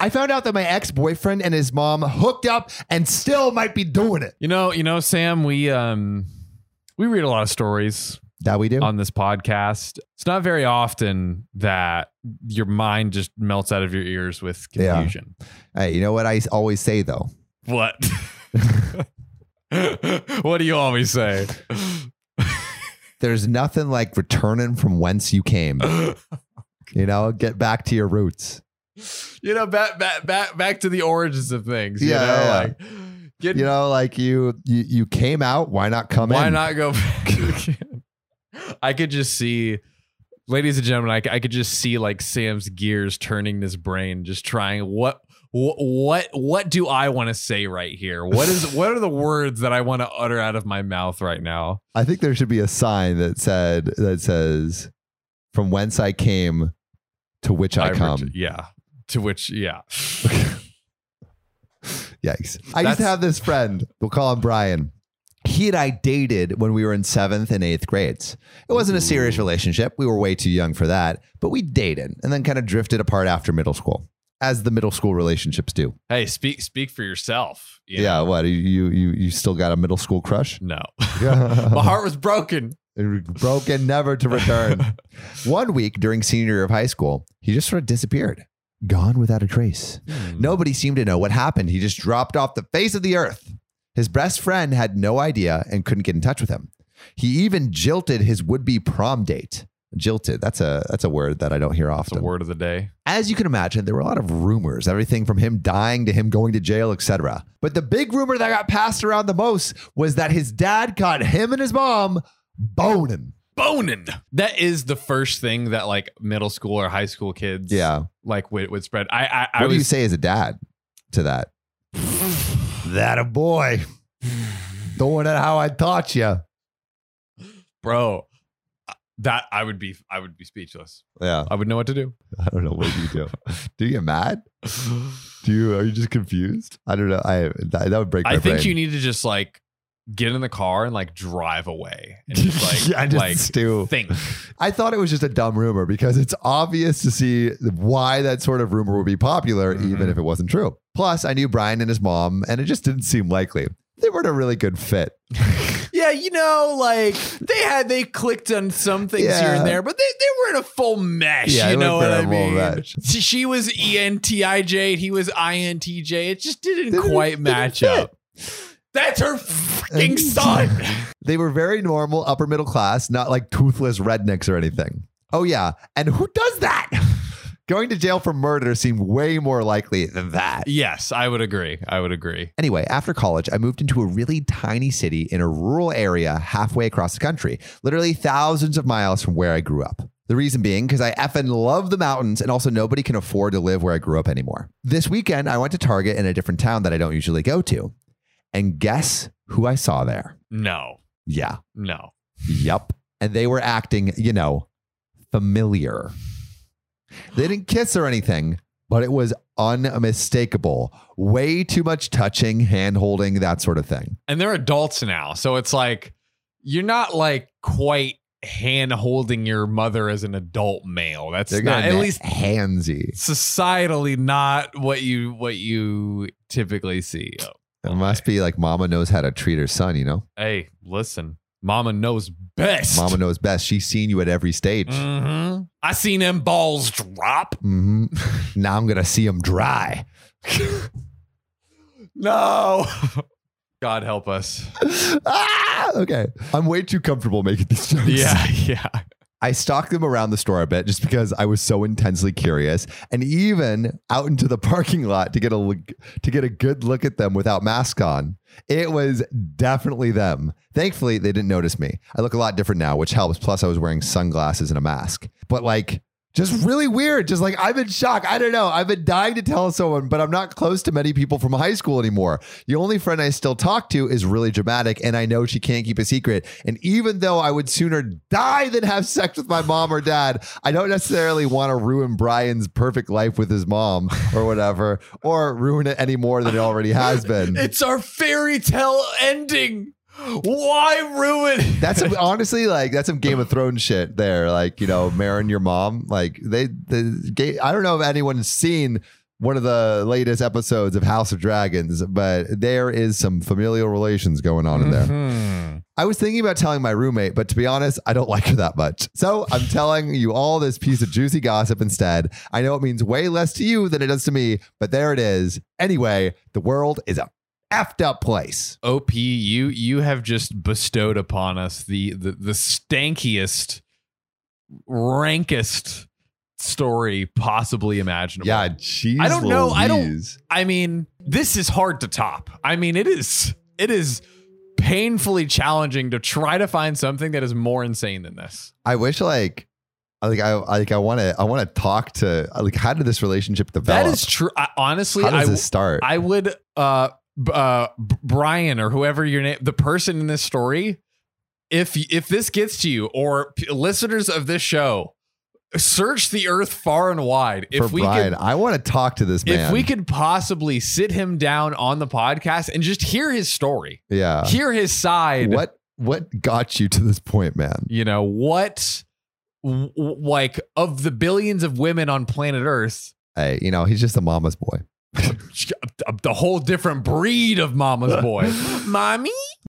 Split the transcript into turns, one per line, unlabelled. I found out that my ex boyfriend and his mom hooked up and still might be doing it.
You know, you know, Sam, we um we read a lot of stories
That we do.
on this podcast. It's not very often that your mind just melts out of your ears with
Yeah.
confusion.
hey, you know what I always say though?
What? what do you always say?
There's nothing like returning from whence you came. you know, get back to your roots.
You know, back back back back to the origins of things.
Yeah,
you know,
yeah, yeah.
like get
You know, like you you, you came out, why not come
Why
in?
not go back? I could just see, ladies and gentlemen, I, c- I could just see like Sam's gears turning in his brain, just trying what. wh- What what do I want to say right here? What is what are the words that I want to utter out of my mouth right now?
I think there should be a sign that said that says from whence I came to which I,
ret-
come.
yeah. To which, yeah.
Yikes. I used
That's-
to have this friend. We'll call him Brian. He and I dated when we were in seventh and eighth grades. It wasn't a serious relationship. We were way too young for that, but we dated and then kind of drifted apart after middle school, as the middle school relationships do.
hey, speak speak for yourself. you
Yeah.
know?
what? You you you still got a middle school crush?
No, my heart was broken.
broken, never to return. One week during senior year of high school, he just sort of disappeared, gone without a trace. Nobody seemed to know what happened. He just dropped off the face of the earth. His best friend had no idea and couldn't get in touch with him. He even jilted his would-be prom date. Jilted. That's a that's a word that I don't hear
It's a
often.
word of the day.
As you can imagine, there were a lot of rumors, everything from him dying to him going to jail, etc. But the big rumor that got passed around the most was that his dad caught him and his mom boning.
Bonin. That is the first thing that like middle school or high school kids
Yeah.
like would, would spread. I I,
What
I
do you
was
say as a dad to that? that a boy. Doing it how I taught you.
bro. uh, That I would be I would be speechless.
Yeah.
I would know what to do.
I don't know what you do. do you get mad? Do you are you just confused? I don't know. I that, that would break my
I think
brain.
you need to just like get in the car and like drive away and just like
Yeah, I just
like
stew.
think.
I thought it was just a dumb rumor because it's obvious to see why that sort of rumor would be popular, even
Mhm.
if it wasn't true. Plus, I knew Brian and his mom, and it just didn't seem likely. They weren't a really good fit.
Yeah, you know, like they had they clicked on some things here
Yeah.
and there, but they, they were in a full mesh.
Yeah, they
you know
were
what I
in a full
mean?
mesh.
She- She was E ENTIJ, he was INTJ. It just didn't,
Didn't-
quite
didn't
match
fit.
up. That's her freaking son.
They were very normal, upper middle class, not like toothless rednecks or anything. Oh, yeah. And who does that? Going to jail for murder seemed way more likely than that.
yes, I would agree. I would agree.
Anyway, after college, I moved into a really tiny city in a rural area halfway across the country, literally thousands of miles from where I grew up. The reason being because I effing love the mountains and also nobody can afford to live where I grew up anymore. This weekend, I went to Target in a different town that I don't usually go to. And guess who I saw there?
No,
Yeah.
no.
Yep. And they were acting, you know, familiar. They didn't kiss or anything, but it was unmistakable. Way too much touching, hand holding, that sort of thing.
And they're adults now. So it's like you're not like quite hand holding your mother as an adult male. That's
They're
not,
getting
at least
handsy.
societally not what you what you typically see.
It must be like mama knows how to treat her son, you know?
Hey, listen, Mama knows best.
Mama knows best. She's seen you at every stage.
hmm I seen them balls drop.
hmm Now I'm going to see him dry.
No, God help us.
ah, okay. I'm way too comfortable making these jokes.
Yeah, yeah.
I stalked them around the store a bit just because I was so intensely curious, and even out into the parking lot to get a look, to get a good look at them without mask on. It was definitely them. Thankfully, they didn't notice me. I look a lot different now, which helps. Plus, I was wearing sunglasses and a mask. But like, just really weird. Just like I'm in shock. I don't know. I've been dying to tell someone, but I'm not close to many people from high school anymore. The only friend I still talk to is really dramatic, and I know she can't keep a secret. And even though I would sooner die than have sex with my mom or dad, I don't necessarily want to ruin Brian's perfect life with his mom or whatever, or ruin it any more than it already has been.
It's our fairy tale ending. Why ruin? it?
That's some, honestly like that's some Game of Thrones shit there. Like you know, marrying your mom. Like they, the gay, I don't know if anyone's seen one of the latest episodes of House of Dragons, but there is some familial relations going on in there.
Mhm.
I was thinking about telling my roommate, but to be honest, I don't like her that much. So I'm telling you all this piece of juicy gossip instead. I know it means way less to you than it does to me, but there it is. Anyway, the world is a effed up place.
OP, you you have just bestowed upon us the the, the stankiest, rankest story possibly imaginable.
Yeah, jeez.
I don't know. I don't-
Louise.
I mean, this is hard to top. I mean, it is it is painfully challenging to try to find something that is more insane than this.
I wish like I- like I like I want to I want to talk to like how did this relationship develop?
That is true. I, honestly,
how
I
does
w-
this start?
I would uh b- uh B- Brian or whoever your name the person in this story if if this gets to you or p- listeners of this show search the earth far and wide if
for
we
Brian,
could
I want to talk to this man.
if we could possibly sit him down on the podcast and just hear his story
yeah.
hear his side
Uh, what what got you to this point, man?
you know what w- w- like of the billions of women on planet earth
Hey, you know, he's just a mama's boy.
the whole different breed of mama's boy mommy